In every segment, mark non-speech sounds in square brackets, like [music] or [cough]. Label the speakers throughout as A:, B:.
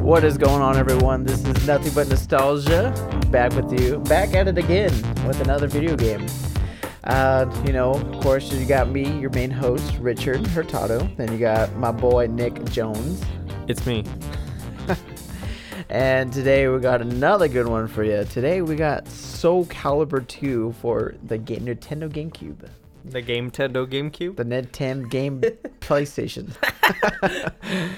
A: What is going on, everyone? This is Nothing But Nostalgia. Back with you. Back at it again with another video game. Uh, you know, of course, you got me, your main host, Richard Hurtado. Then you got my boy, Nick Jones.
B: It's me.
A: And today we got another good one for you. Today we got Soul Calibur 2 for the game, Nintendo GameCube.
B: The Game Tendo GameCube.
A: The Nintendo Game PlayStation.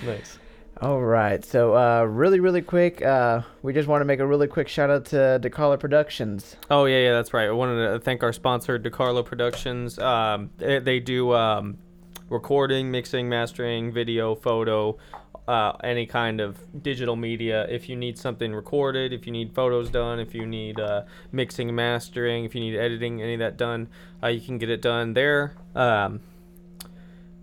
B: nice.
A: All right. So, uh, really, really quick, uh, we just want to make a really quick shout out to DeCarlo Productions.
B: Oh yeah, yeah, that's right. I wanted to thank our sponsor, DeCarlo Productions. Um, they, they do um, recording, mixing, mastering, video, photo, uh, any kind of digital media. If you need something recorded, if you need photos done, if you need uh, mixing, mastering, if you need editing, any of that done, uh, you can get it done there. Um,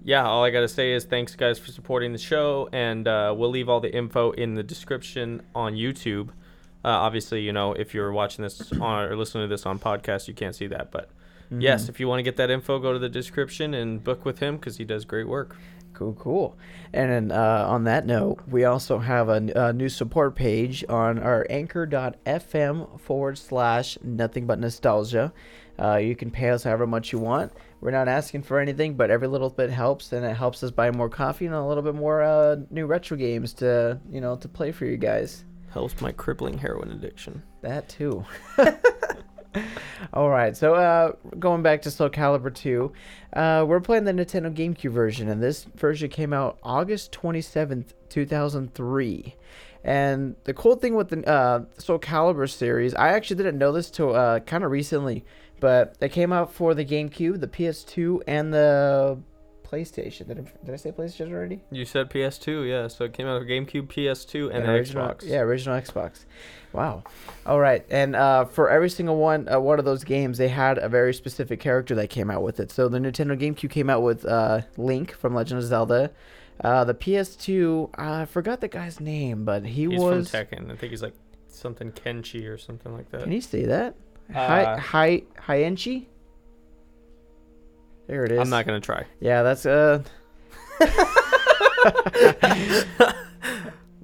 B: yeah, all I gotta say is thanks, guys, for supporting the show, and uh, we'll leave all the info in the description on YouTube. Uh, obviously, you know, if you're watching this on or listening to this on podcast, you can't see that, but yes, if you want to get that info, go to the description and book with him because he does great work.
A: Cool, cool. And then, uh, on that note, we also have a, n- a new support page on our anchor.fm forward slash nothing but nostalgia. Uh, you can pay us however much you want. We're not asking for anything, but every little bit helps, and it helps us buy more coffee and a little bit more uh, new retro games to you know to play for you guys.
B: Helps my crippling heroin addiction.
A: That too. [laughs] All right, so uh, going back to Soul Calibur 2, uh, we're playing the Nintendo GameCube version, and this version came out August 27th, 2003. And the cool thing with the uh, Soul Calibur series, I actually didn't know this till uh, kind of recently, but it came out for the GameCube, the PS2, and the PlayStation. Did I, did I say PlayStation already?
B: You said PS2, yeah. So it came out of GameCube, PS2, and, the
A: original,
B: Xbox.
A: Yeah, original Xbox. Wow. All right, and uh, for every single one uh, one of those games, they had a very specific character that came out with it. So the Nintendo GameCube came out with uh, Link from Legend of Zelda. Uh, the PS2, I forgot the guy's name, but he
B: He's
A: was.
B: from Tekken. I think he's like something Kenchi or something like that.
A: Can you say that? Hi,
B: Uh,
A: hi, Hienchi. There it is.
B: I'm not gonna try.
A: Yeah, that's uh.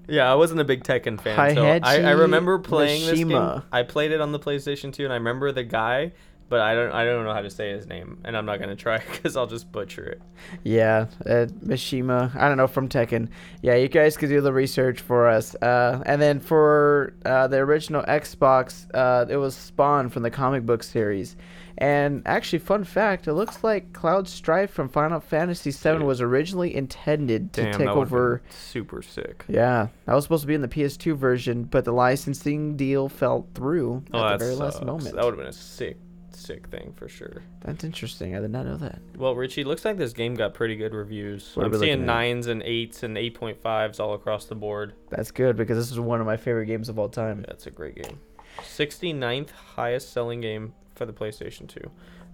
B: Yeah, I wasn't a big Tekken fan. so I, I
A: Heihachi
B: remember playing this
A: Mishima.
B: game. I played it on the PlayStation 2, and I remember the guy, but I don't. I don't know how to say his name, and I'm not gonna try [laughs] because I'll just butcher it.
A: Yeah, uh, Mishima. I don't know from Tekken. Yeah, you guys could do the research for us. Uh, and then for uh, the original Xbox, uh, it was Spawn from the comic book series. And actually, fun fact: it looks like Cloud Strife from Final Fantasy VII
B: Dude.
A: was originally intended to
B: Damn,
A: take
B: that would've been
A: over.
B: Super sick.
A: Yeah, that was supposed to be in the PS2 version, but the licensing deal fell through
B: Oh,
A: at
B: that
A: the very last
B: sucks.
A: moment.
B: That would have been a sick, sick thing for sure.
A: That's interesting. I did not know that.
B: Well, Richie, looks like this game got pretty good reviews.
A: What are
B: I'm
A: we looking
B: seeing
A: at?
B: nines and eights and 8.5s all across the board.
A: That's good because this is one of my favorite games of all time.
B: That's a great game. 69th highest selling game for the PlayStation 2,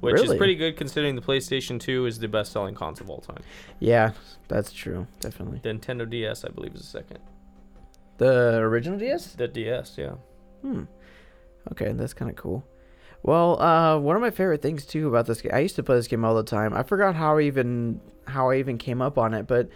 B: which
A: Really?
B: is pretty good considering the PlayStation 2 is the best selling console of all time.
A: Yeah, that's true. Definitely.
B: The Nintendo DS, I believe, is the second.
A: The original DS?
B: The DS, yeah.
A: Hmm. Okay, that's kind of cool. Well, uh, one of my favorite things too about this game, I used to play this game all the time. I forgot how I even how I even came up on it, but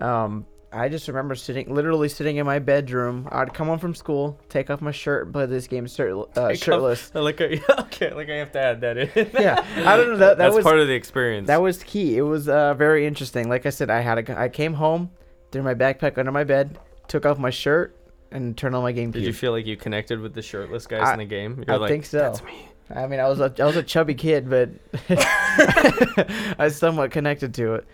A: um, I just remember sitting, literally sitting in my bedroom. I'd come home from school, take off my shirt, and play this game shirt,
B: [laughs]
A: uh, shirtless.
B: Like, I- [laughs] okay, like I have to add that in.
A: [laughs] yeah, I don't know. That, that
B: That's
A: was
B: part of the experience.
A: that was key. It was uh, very interesting. Like I said, I had a, I came home, threw my backpack under my bed, took off my shirt, and turned on my GameCube.
B: Did you feel like you connected with the shirtless guys
A: I-
B: in the game?
A: I
B: You're like,
A: think so.
B: That's me.
A: I mean, I was a, I was a chubby kid,
B: [laughs]
A: but I somewhat connected to it.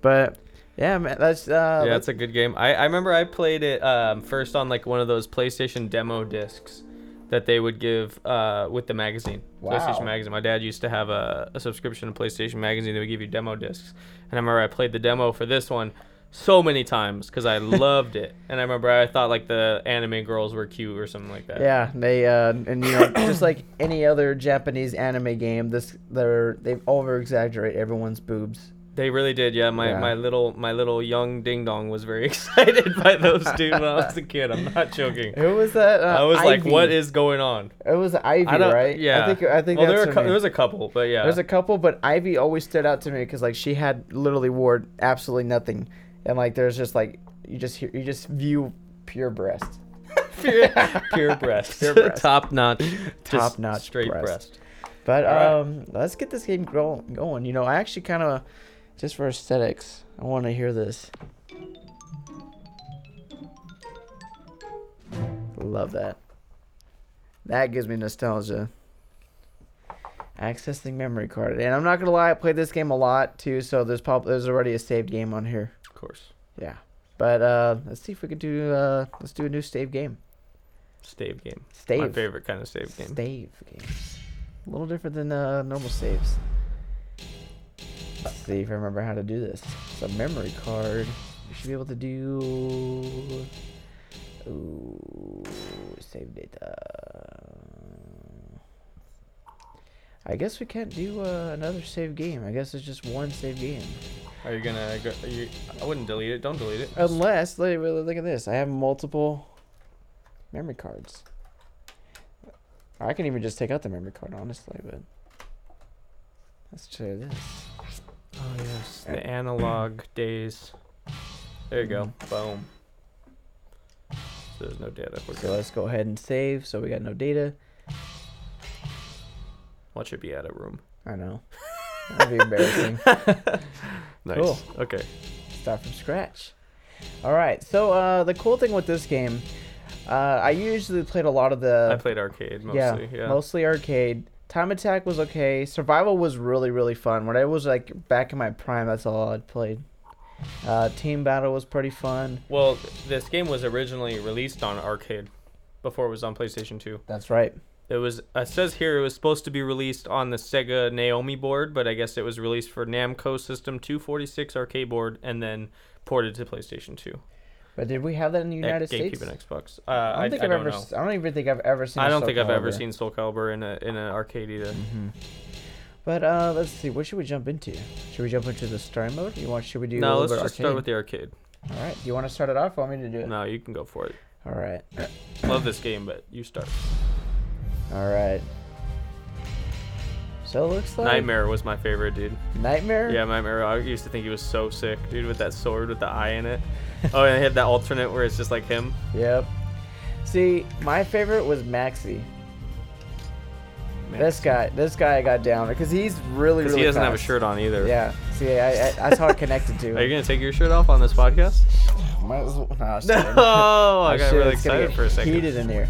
A: But yeah, man, that's uh,
B: yeah,
A: that's,
B: it's a good game. I, I remember I played it um, first on like one of those PlayStation demo discs that they would give uh, with the magazine.
A: Wow.
B: PlayStation magazine. My dad used to have a, a subscription to PlayStation magazine. They would give you demo discs, and I remember I played the demo for this one so many times
A: [laughs]
B: because I loved it. And I remember I thought like the anime girls were cute or something like that.
A: yeah. They uh, and you know, [coughs] just like any other Japanese anime game, this they're they over exaggerate everyone's boobs.
B: They really did. Yeah, my,
A: Yeah.
B: my little my little young ding dong was very [laughs] excited by those dude when I was a kid. I'm
A: [laughs]
B: not joking.
A: Who was that? Uh,
B: I was like,
A: Ivy.
B: what is going on?
A: It was Ivy,
B: I don't,
A: right?
B: Yeah.
A: I think I think
B: well,
A: that's her
B: there, were a cou-
A: name.
B: there was a couple, but yeah. [laughs]
A: There's a couple, but Ivy always stood out to me because like she had literally wore absolutely nothing, and like there's just like you just hear you just view pure [laughs] breast.
B: [laughs] pure, pure breast,
A: Pure breast.
B: top notch, just
A: notch
B: straight
A: breast.
B: breast.
A: But
B: All right.
A: um, let's get this game gro- going. You know, I actually kind of, just for aesthetics, I want to hear this. Love that. That gives me nostalgia. Accessing memory card, and I'm not gonna lie, I played this game a lot too. So there's probably there's already a saved game on here.
B: Of course,
A: Yeah. But uh, let's see if we could do uh, let's do a new save game.
B: stave game.
A: Stave.
B: My favorite kind of stave game.
A: Stave games. A little different than uh, normal saves. Let's see if I remember how to do this. It's a memory card. We should be able to do. Ooh, save data. I guess we can't do uh, another save game. I guess it's just one save game.
B: Are you gonna? Go, are you, I wouldn't delete it. Don't delete it.
A: Unless, look, look look at this. I have multiple memory cards. Or I can even just take out the memory card, honestly, but let's try this.
B: Oh yes, the analog days. There you go. Boom. So there's no data. We're
A: So
B: good.
A: let's go ahead and save. So we got no data.
B: What should be out of room? [laughs]
A: I know. That'd be embarrassing.
B: Nice.
A: Cool.
B: Okay.
A: Start from scratch. All right. So uh, the cool thing with this game, uh, I usually played a lot of the
B: I played arcade mostly. Uh, Yeah.
A: mostly arcade. Time Attack was okay. Survival was really really fun. When I was like back in my prime, that's all I'd played. Uh, team Battle was pretty fun.
B: Well, this game was originally released on arcade before it was on PlayStation 2.
A: That's right.
B: It was it says here it was supposed to be released on the Sega Naomi board, but I guess it was released for Namco System 246 arcade board and then ported to PlayStation 2
A: But did we have that in the
B: at
A: United States?
B: GameCube and Xbox. Uh, I
A: I don't think
B: I
A: have
B: don't
A: ever.
B: know.
A: s- I don't even think I've ever seen.
B: I
A: a
B: don't think I've ever
A: Soulcalibur.
B: seen Soul Calibur in a in an arcade either.
A: Mm-hmm. But uh, let's see. What should we jump into? Should we jump into the story mode? You want? Should we do? a
B: No,
A: little
B: let's
A: bit
B: just start with
A: arcade?
B: the arcade.
A: All right. Do you want to start it off? Or want me to do it?
B: No, you can go for it.
A: All right.
B: Love this game, but you start.
A: All right. So it looks like
B: Nightmare was my favorite, dude.
A: Nightmare.
B: Yeah, Nightmare. I used to think he was so sick, dude, with that sword with the eye in it. [laughs] Oh, and they had that alternate where it's just like him.
A: Yep. See, my favorite was Maxi.
B: Man,
A: This guy, this guy got down because he's really,
B: Because
A: really.
B: he doesn't have a
A: fast.
B: shirt on either.
A: Yeah. See, I, I, that's how it connected
B: [laughs]
A: to.
B: Are you gonna take your shirt off on
A: [laughs]
B: this podcast?
A: Might as well- nah,
B: No,
A: shit.
B: [laughs] I got
A: Oh, Shit,
B: really
A: it's gonna
B: excited
A: get
B: for a second.
A: Heated in
B: [laughs]
A: here.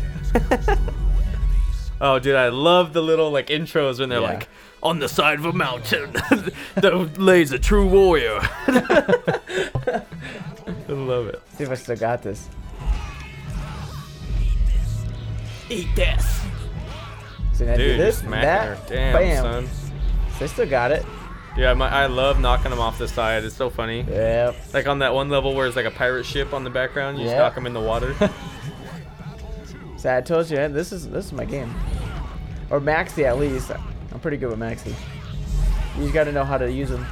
B: Oh, dude, I love the little like intros when they're
A: Yeah.
B: like, "On the side of a mountain, [laughs] there lays a true warrior." [laughs] I love it.
A: See if I still got this.
B: Eat this,
A: See, now
B: dude.
A: do this,
B: just
A: and
B: smacking
A: that,
B: her. Damn,
A: bam.
B: son.
A: So I still got it.
B: Yeah, my, I love knocking them off the side. It's so funny.
A: Yep.
B: Like on that one level where it's like a pirate ship on the background, you just
A: Yeah.
B: knock them in the water.
A: [laughs] So I told you, man, this is this is my game. Or Maxi at least. I'm pretty good with Maxi. You just got to know how to use him.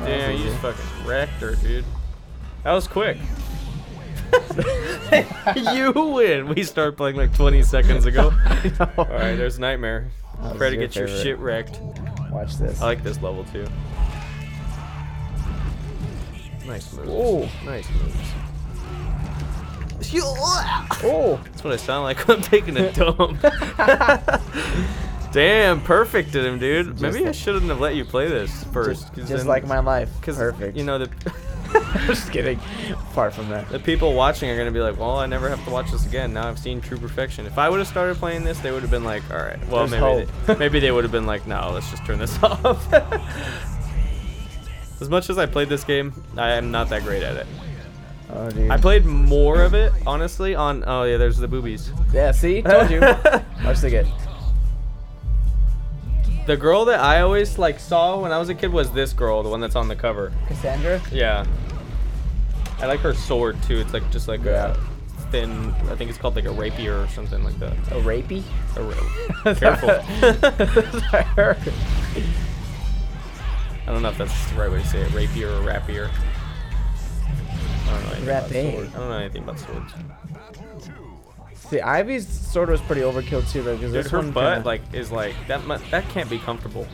A: Oh,
B: Damn, you just fucking wrecked her, dude. That was quick.
A: [laughs]
B: [laughs] you win. We started playing like 20 seconds
A: [laughs]
B: ago.
A: All
B: All right, there's Nightmare.
A: That was
B: Try to
A: your
B: get your
A: favorite.
B: shit wrecked.
A: Watch this.
B: I like this level too. Nice moves.
A: Ooh.
B: Nice moves.
A: [laughs] Oh,
B: That's what I sound like when I'm taking
A: [laughs]
B: a dump. Damn, perfect at him, dude. Maybe I
A: like-
B: shouldn't have let you play this [laughs] first.
A: just,
B: 'cause
A: just
B: then-
A: like my life.
B: [laughs] 'cause,
A: Perfect. [laughs]
B: You know the. [laughs]
A: just kidding. Apart from that.
B: the people watching are gonna be like, "Well, I never have to watch this again." Now I've seen True Perfection. If I would have started playing this, they would have been like, "All right, well,
A: There's
B: maybe they,
A: hope."
B: maybe they would have been like, no, let's just turn this [laughs] off." as much as I played this game, I am not that great at it.
A: Oh, dude.
B: I played more of it, honestly. On oh yeah, there's the boobies.
A: yeah,
B: [laughs]
A: see? Told you. Watch the good.
B: The girl that I always like saw when I was a kid was this girl, the one that's on the cover.
A: Cassandra?
B: Yeah. I like her sword too. It's like just like
A: Yeah.
B: a thin. I think it's called like a rapier or something like that.
A: A rapey?
B: A
A: [laughs]
B: ra- Careful. I don't know if that's the right way to say it. Rapier or rapier. I don't know anything
A: Rapier.
B: about swords. I don't know anything about swords.
A: [laughs] see, Ivy's sword was pretty overkill too, though, because
B: Dude,
A: this
B: her
A: one
B: butt
A: kinda- [laughs]
B: like is like that. Mu- that can't be comfortable.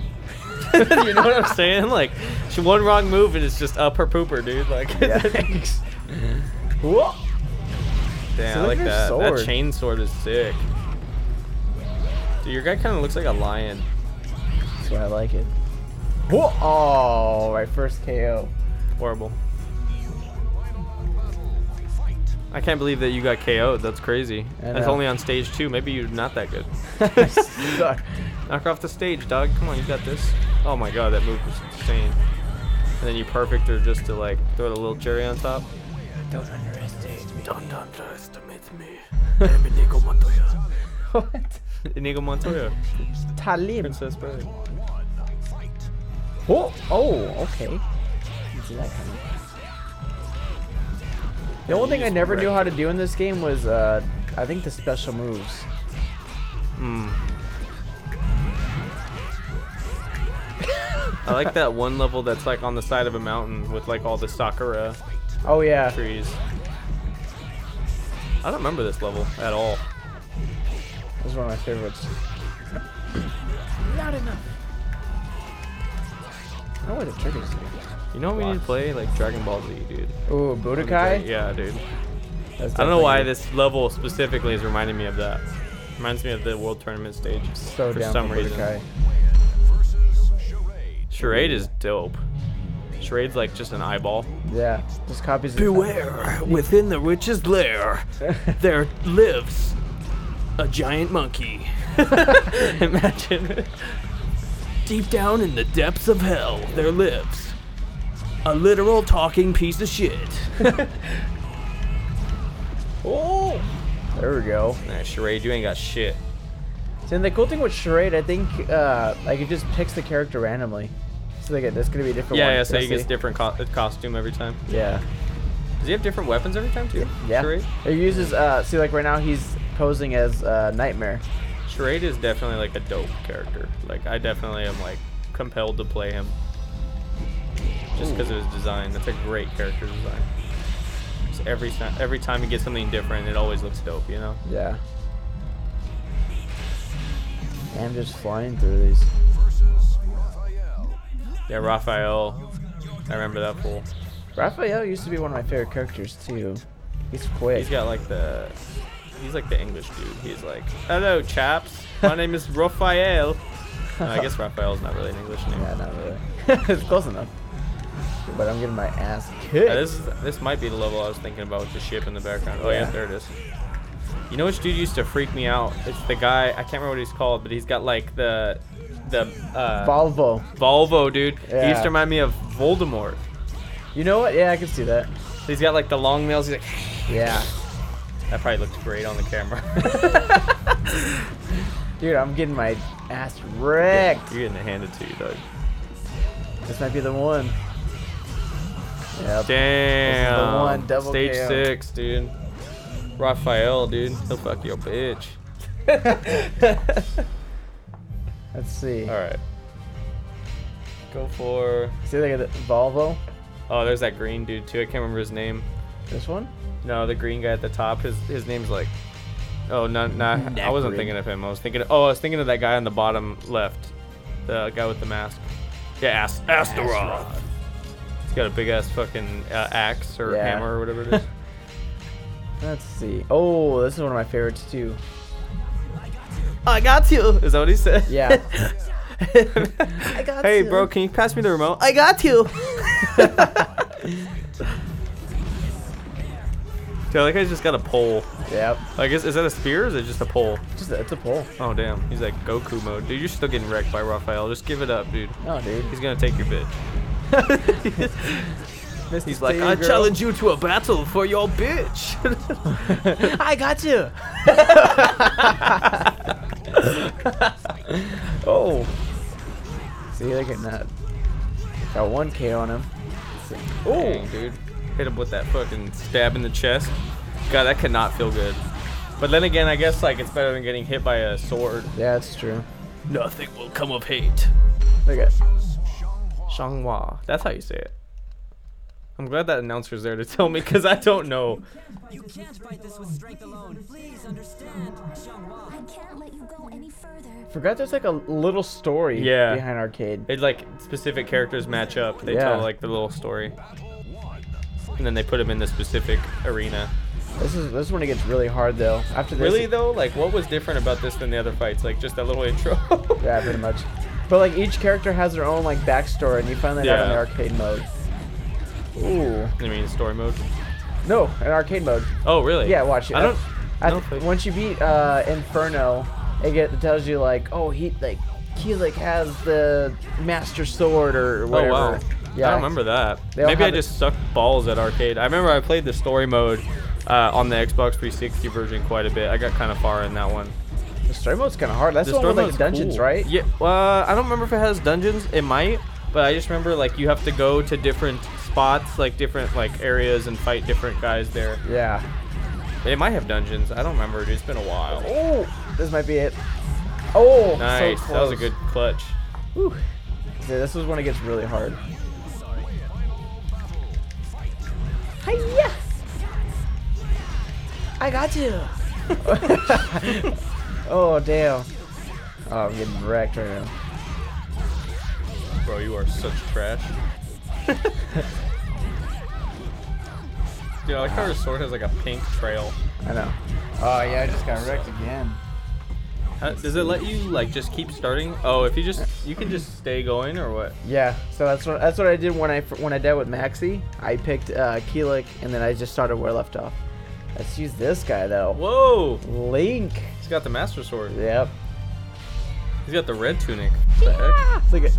B: [laughs] you know what I'm saying? Like, she one wrong move and it's just up her pooper, dude. Like, [laughs]
A: Yikes. Whoa.
B: damn, I
A: look at
B: like
A: her
B: that. That
A: sword.
B: chain sword is sick. Dude, your guy kind of looks like a lion.
A: That's why I like it. Whoa. Oh, my first
B: [laughs]
A: [laughs] KO.
B: Horrible. I can't believe that you got KO'd. That's crazy.
A: I
B: That's
A: know.
B: only on stage two. Maybe you're not
A: [laughs]
B: that good. [laughs]
A: Suck.
B: Knock her off the stage, dog. Come on, you got this. Oh my god, that move was insane. And then you perfect her just to like throw the little cherry on top. [laughs]
A: Don't underestimate me.
B: Don't underestimate me. I'm Inigo Montoya.
A: [laughs] What?
B: Inigo Montoya,
A: Talib.
B: Princess Bride.
A: Whoa. Oh, okay. Didn't see that coming. The only thing I
B: just
A: never knew
B: wrecked
A: how to do in this game was, uh, I think the special moves.
B: Hmm. I like that one level that's like on the side of a mountain with like all the sakura
A: Oh yeah.
B: trees. I don't remember this level at all.
A: This is one of my favorites. Not enough. I don't know what the triggers do.
B: You know what we need to play? Like Dragon Ball Z, dude.
A: Ooh, Budokai?
B: Yeah, dude.
A: That's
B: I don't know why
A: definitely-
B: this level specifically is reminding me of that. Reminds me of the World Tournament stage.
A: So
B: for
A: down
B: some
A: for
B: reason.
A: Budokai.
B: Charade is dope. Charade's like just an eyeball.
A: Yeah, just copies.
B: Beware! Within the witch's lair, there
A: [laughs]
B: lives a giant monkey. Imagine. Deep down in the depths of hell, there lives a literal talking piece of shit. oh!
A: Of, [laughs] there we go.
B: Nah, Charade, you ain't got shit.
A: So, and the cool thing with charade, I think, uh, like it just picks the character randomly. So like that's gonna be a different
B: Yeah,
A: one.
B: yeah, so
A: You'll
B: he gets
A: see.
B: different co- costume every time.
A: Yeah,
B: Does he have different weapons every time, too?
A: yeah.
B: Charade?
A: It uses uh, see like right now he's posing as uh, nightmare.
B: Charade is definitely like a dope character. Like I definitely am like compelled to play him. Just because of his design. That's a great character design. So every time every time you get something different, it always looks dope, you know?
A: Yeah. I'm just flying through these.
B: Yeah, Raphael. I remember that fool.
A: Raphael used to be one of my favorite characters too. He's quick.
B: He's
A: [laughs]
B: got like the he's like the English dude. He's like, Hello chaps, my name is Raphael. No, I guess Raphael's not really an English name.
A: yeah, not really. [laughs] it's close enough. But I'm getting my ass kicked.
B: Yeah, this is, this might be the level I was thinking about with the ship in the background. Oh yeah,
A: Yeah.
B: there it is. You know which dude used to freak me out? It's the guy I can't remember what he's called, but he's got like the the uh,
A: Volvo.
B: Volvo dude. He used
A: Yeah.
B: to remind me of Voldemort.
A: You know what? Yeah, I can see that.
B: He's got like the long nails. He's like [sighs] [laughs]
A: Yeah.
B: that probably looked great on the camera. [laughs]
A: Dude, I'm getting my ass wrecked.
B: You're getting it handed to you, dog.
A: This might be the one. Yep.
B: Damn.
A: one, double
B: Stage
A: KO.
B: six, dude. Raphael, dude, he'll fuck your bitch.
A: [laughs] Let's see.
B: All right. Go for.
A: See, they got the Volvo.
B: Oh, there's that green dude too. I can't remember his name.
A: This one?
B: No, the green guy at the top. His his name's like. Oh no, no, I wasn't
A: Necrin.
B: thinking of him. I was thinking. oh, I was thinking of that guy on the bottom left, the guy with the mask. Yeah, Ast- Astaroth. He's got a big ass fucking uh, axe or
A: Yeah.
B: hammer or whatever it is. [laughs]
A: Let's see. Oh, this is one of my favorites too.
B: I got you. Is that what he said? [laughs]
A: Yeah.
B: I got hey,
A: you.
B: bro, can you pass me the remote? I got
A: [laughs]
B: you. Dude, that guy's just got a pole.
A: yep.
B: Like, is, is that a spear or is it just a pole?
A: Just it's a pole.
B: Oh damn, he's like Goku mode, dude. You're still getting wrecked by Raphael. Just give it up, dude.
A: No, dude.
B: He's gonna take your
A: [laughs]
B: bitch.
A: Missed
B: he's
A: the
B: like,
A: save,
B: I
A: girl.
B: challenge you to a battle for your bitch.
A: [laughs]
B: [laughs]
A: I got you. oh. See, they're getting that. Got one K on him.
B: Dang, dude, hit him with that fucking stab in the chest. God, that could not feel good. But then again, I guess like it's better than getting hit by a sword.
A: Yeah, that's true.
B: Nothing will come of hate.
A: Look at.
B: Shanghua. That's how you say it. I'm glad that announcer's there to [laughs] tell me because I don't know.
C: You can't fight this with strength alone. Please understand, Xianghua.
D: I can't let you go any further.
A: Forgot there's like a little story
B: Yeah.
A: behind arcade.
B: It like specific characters match up. They
A: Yeah.
B: tell like the little story, and then they put them in the specific arena.
A: This is this is when it gets really hard though. After this,
B: Really though, like what was different about this than the other fights? Like just that little [laughs] intro.
A: yeah, pretty much. But like each character has their own like backstory, and you find that out in
B: Yeah.
A: the arcade mode. Ooh,
B: I mean, story mode.
A: no, in arcade mode.
B: Oh really?
A: Yeah, watch it.
B: I don't.
A: I
B: I
A: th-
B: don't
A: once you beat uh, Inferno, it, get, it tells you like, oh, he like he like has the Master Sword or
B: Oh
A: whatever.
B: wow.
A: Yeah,
B: I don't remember that.
A: They all
B: Maybe I
A: have it-
B: just sucked balls at arcade. I remember I played the story mode uh, on the Xbox 360 version quite a bit. I got kind of far in that one.
A: The story mode's kind of hard. That's
B: The
A: the, one
B: story
A: with like
B: mode's
A: dungeons,
B: cool.
A: right?
B: Yeah. Uh, I don't remember if it has dungeons. It might, but I just remember like you have to go to different spots, like different like areas, and fight different guys there.
A: Yeah.
B: It might have dungeons. I don't remember. dude. It's been a while.
A: Oh, this might be it. Oh,
B: Nice.
A: So
B: that was a
A: close.
B: good clutch.
A: Whew. Yeah, this is when it gets really hard. Hiya! I got you. [laughs] oh damn! Oh, I'm getting wrecked right now.
B: Bro, you are such trash. Dude, I like how her sword has like a pink trail.
A: I know. Oh yeah, I just got wrecked again.
B: How, does it let you like just keep starting? Oh, if you just you can just stay going or what?
A: Yeah, so that's what that's what I did when I when I dealt with Maxi. I picked uh, Keelik, and then I just started where I left off. Let's use this guy though.
B: Whoa!
A: Link.
B: He's got the master sword.
A: Yep.
B: He's got the red tunic. What the heck?
A: Ah, look at.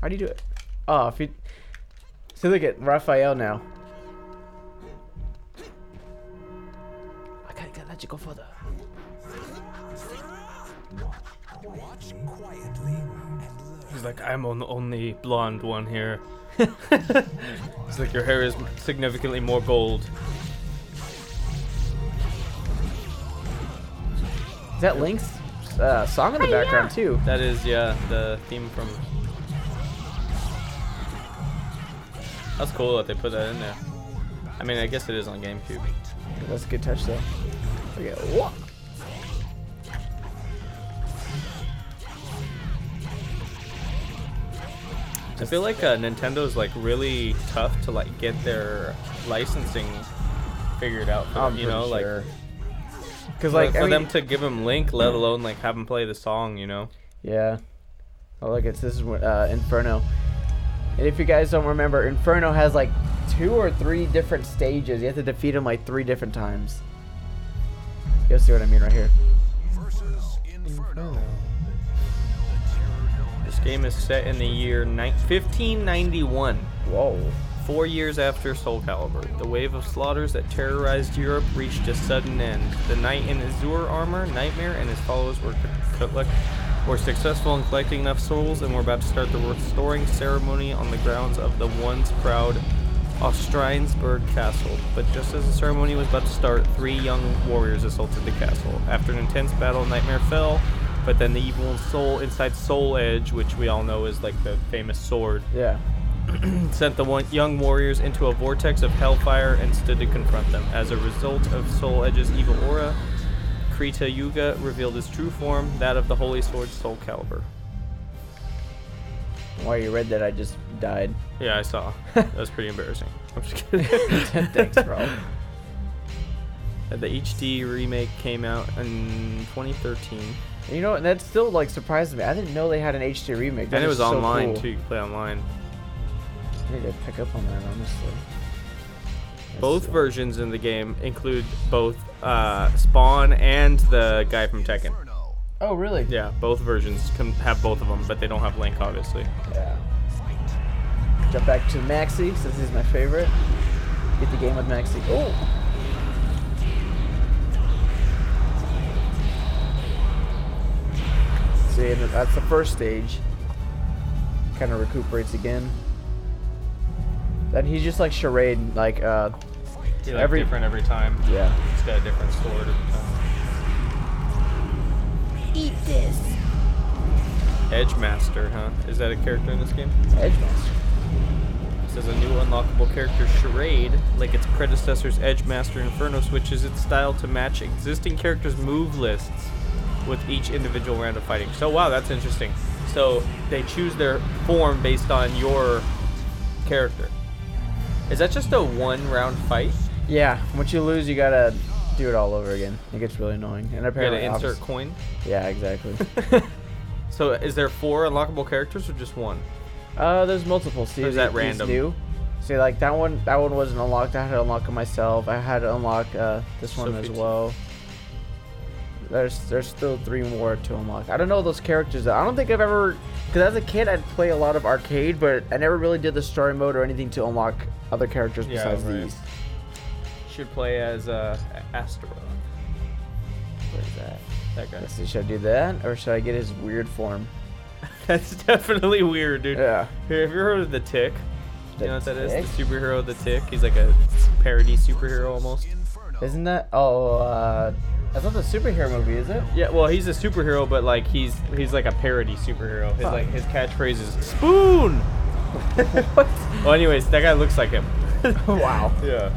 A: How do you do it? Oh, if you. See, look at Raphael now. I gotta get let you go further.
B: He's like, I'm on the only blonde one [laughs] here. He's like, your hair is significantly more gold.
A: Is that Link's uh, song in the background too?
B: That is, yeah, the theme from. That's cool that they put that in there. I mean, I guess it is on GameCube.
A: That's a good touch though. Look at whoa.
B: I feel like uh, Nintendo's like really tough to like get their licensing figured out. For,
A: I'm
B: you
A: pretty
B: know, like
A: sure. Cause
B: for-
A: like
B: for
A: I mean-
B: them to give him Link, let alone like have him play the song. You know.
A: Yeah. Oh, look, it's this is what- uh, Inferno. And if you guys don't remember, Inferno has like two or three different stages. You have to defeat him like three different times. You'll see what I mean right here.
B: This game is set in the year ni- 1591.
A: Whoa.
B: Four years after Soul Calibur, the wave of slaughters that terrorized Europe reached a sudden end. The knight in azure armor, Nightmare, and his followers were, co- collect- were successful in collecting enough souls and were about to start the restoring ceremony on the grounds of the once proud Ostreinsburg Castle. But just as the ceremony was about to start, three young warriors assaulted the castle. After an intense battle, Nightmare fell, but then the evil soul inside Soul Edge, which we all know is like the famous sword,
A: Yeah.
B: sent the one- young warriors into a vortex of hellfire and stood to confront them. As a result of Soul Edge's evil aura, Krita Yuga revealed his true form, that of the Holy Sword Soul Calibur.
A: While you read that, I just died. [laughs]
B: Yeah, I saw. [laughs] That was pretty embarrassing. I'm just kidding. [laughs]
A: Thanks, bro.
B: Uh, the HD remake came out in 2013,
A: you know, what? that still like surprised me. I didn't know they had an HD remake. That
B: and it
A: is
B: was
A: so
B: online
A: cool.
B: too. You could play online.
A: I need to pick up on that, honestly.
B: Both
A: That's-
B: versions in the game include both uh, Spawn and the guy from Tekken.
A: Oh, really?
B: Yeah, both versions can have both of them, but they don't have Link, obviously.
A: Yeah. Jump back to Maxi since he's my favorite. Get the game with Maxi. Oh. See, and that's the first stage. Kind of recuperates again. Then he's just like charade, like uh, like,
B: Yeah,
A: Every- different
B: different every time.
A: yeah.
B: It's got a different sword.
D: Eat this.
B: Edge Master, huh? Is that a character in this game?
A: Edge master.
B: This is a new unlockable character, Charade. Like its predecessors, Edgemaster and Inferno switches its style to match existing characters' move lists with each individual round of fighting. So, wow, that's interesting. So, they choose their form based on your character. Is that just a one round fight?
A: Yeah, once you lose, you gotta do it all over again. It gets really annoying. And
B: You gotta
A: apparently,
B: insert
A: obvious-
B: coin.
A: yeah, exactly.
B: So, is there four unlockable characters or just one?
A: uh, there's multiple. See,
B: Or is
A: the-
B: that
A: these
B: random?
A: New. See, like that one, that one wasn't unlocked. I had to unlock it myself. I had to unlock uh, this one
B: So
A: as
B: 15.
A: well. There's there's still three more to unlock. I don't know those characters. though. I don't think I've ever, because as a kid I'd play a lot of arcade, but I never really did the story mode or anything to unlock other characters
B: Yeah,
A: besides
B: right.
A: these.
B: Should play as uh, A- Astaroth. What is that? That guy.
A: Let's see, should I do that or should I get his weird form?
B: [laughs] That's definitely weird, dude.
A: Yeah.
B: Here, have you heard of the Tick?
A: The
B: you know what that is?
A: Tick?
B: The superhero, the Tick. He's like a parody superhero almost.
A: Isn't that? Oh, uh, that's not the superhero movie, is it?
B: Yeah, well, he's a superhero, but like he's he's like a parody superhero. His like his catchphrase is "spoon."
A: [laughs] What?
B: Well, anyways, that guy looks like him.
A: [laughs] wow.
B: yeah.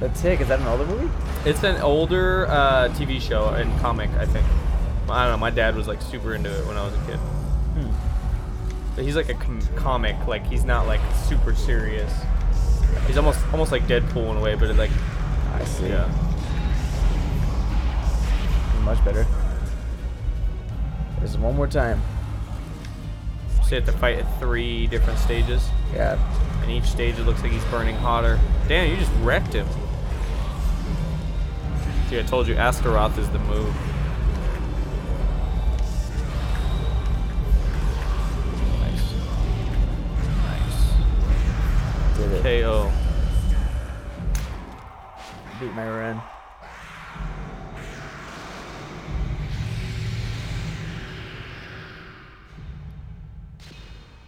A: The Tick, is that an older movie?
B: It's an older uh, TV show and comic, I think. I don't know. My dad was like super into it when I was a kid.
A: Hmm.
B: But he's like a com- comic. Like he's not like super serious. He's almost almost like Deadpool in a way, but it, like
A: I see.
B: yeah.
A: Much better. Just one more time.
B: So you have to fight at three different stages,
A: Yeah.
B: and each stage it looks like he's burning hotter. Damn, you just wrecked him. See, I told you Astaroth is the move. Nice. Nice.
A: Did it. [laughs]
B: KO.
A: Beat my run.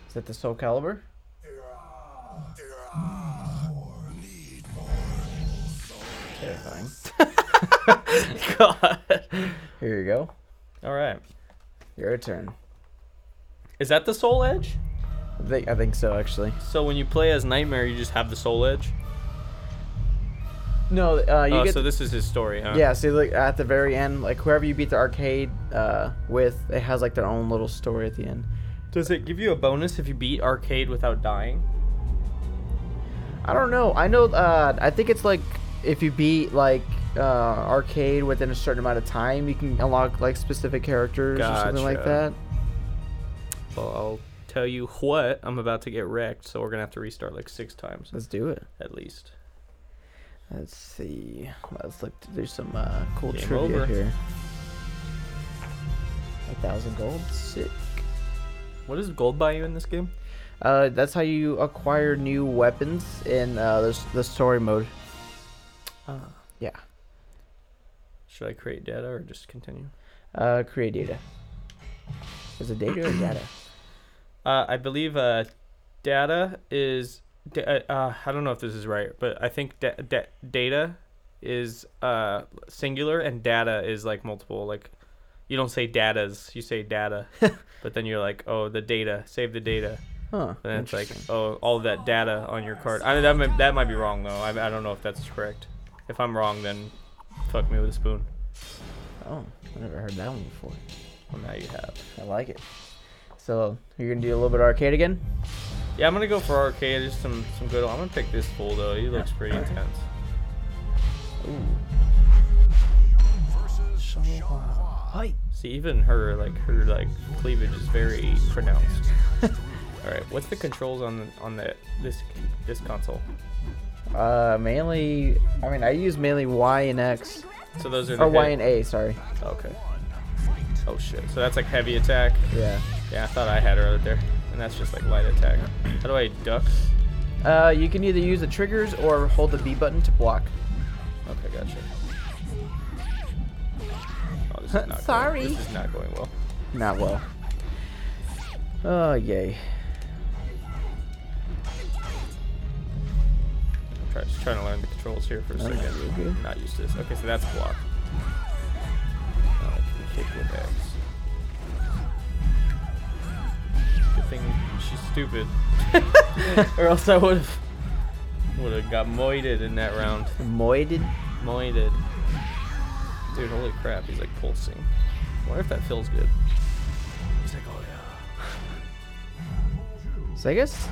A: Is that the Soul Calibur? Terrifying. [laughs]
B: God.
A: Here you go.
B: All right.
A: Your turn.
B: Is that the Soul Edge?
A: I think, I think so, actually.
B: So when you play as Nightmare, you just have the Soul Edge.
A: No, uh, you
B: Oh,
A: get
B: so this is his story, huh?
A: Yeah, see, like at the very end, like whoever you beat the arcade uh, with, it has like their own little story at the end.
B: Does it give you a bonus if you beat Arcade without dying?
A: I don't know. I know. Uh, I think it's like if you beat like uh, arcade within a certain amount of time, you can unlock like specific characters or something like that.
B: Gotcha. Well, I'll tell you what, I'm about to get wrecked, so we're gonna have to restart like six times
A: Let's do it.
B: at least.
A: Let's see. Let's look to do some uh, cool
B: Game
A: trivia
B: over.
A: here. A thousand gold, sick.
B: What does gold buy you in this game?
A: Uh, that's how you acquire new weapons in uh, the, the story mode.
B: Uh,
A: Yeah.
B: Should I create data or just continue?
A: Uh, create data. Is it data or
B: [clears throat]
A: data?
B: Uh, I believe uh, data is. da- uh, uh, I don't know if this is right, but I think da- da- data is uh, singular and data is like multiple. Like, you don't say datas, you say [laughs] data. but then you're like, oh, the data, save the data.
A: Huh.
B: And it's like,
A: interesting.
B: oh, all that data on your card. I mean, that might, that might be wrong though. I, I don't know if that's correct. If I'm wrong, then fuck me with a spoon.
A: oh, I never heard that one before.
B: Well, now you have.
A: I like it. So you're gonna do a little bit of arcade
B: [laughs]
A: again?
B: Yeah, I'm gonna go for arcade. Just some some good. I'm gonna pick this fool though. He looks pretty intense. See, even her like her like cleavage is very pronounced. all right, what's the controls on on the this this console?
A: Uh, mainly. I mean, I use mainly Y and X,
B: So those are the
A: or Y
B: hit-
A: and A. Sorry.
B: Okay. Oh shit. So that's like heavy attack.
A: Yeah.
B: Yeah, I thought I had her right there. And that's just like light attack. How do I duck?
A: Uh, you can either use the triggers or hold the B button to block.
B: Okay, gotcha.
A: [laughs]
B: Oh, this is not
A: Sorry.
B: Going, this is not going well.
A: Not well. Oh yay.
B: I'm try, just trying to learn the controls here for a
A: Oh,
B: second.
A: you're good.
B: Not used to this. Okay, so that's block. Now I can kick with X. Get thing. She's stupid. [laughs] or else I would have would have got moited in that
A: [laughs]
B: round.
A: Moided.
B: Moited. Dude, holy crap, he's like pulsing. I wonder if that feels good. He's like, oh yeah.
A: So I guess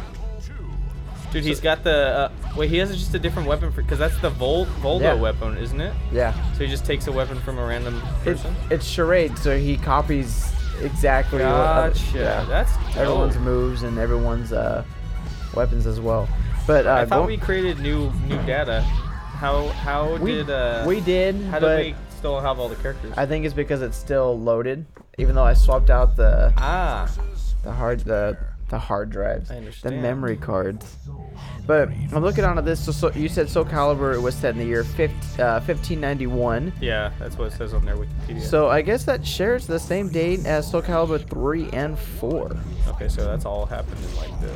B: Dude, he's got the uh, wait. He has just a different weapon for because that's the Vol Voldo
A: Yeah.
B: weapon, isn't it?
A: yeah.
B: So he just takes a weapon from a random
A: It,
B: person.
A: it's charade, so he copies exactly what other-
B: Gotcha.
A: yeah.
B: That's
A: everyone's
B: dope.
A: moves and everyone's uh, weapons as well. But uh,
B: I thought
A: go-
B: we created new new data. How how
A: we
B: did uh
A: we did,
B: how
A: but
B: did we still have all the characters?
A: I think it's because it's still loaded, even though I swapped out the
B: ah,
A: the hard the the hard drives,
B: I
A: the
B: understand.
A: memory cards. But I'm looking onto this. So, so you said Soul Calibur was set in the year 15, uh, 1591.
B: yeah, that's what it says on their Wikipedia.
A: So I guess that shares the same date as Soul Calibur 3 and 4.
B: okay, so that's all happened in like the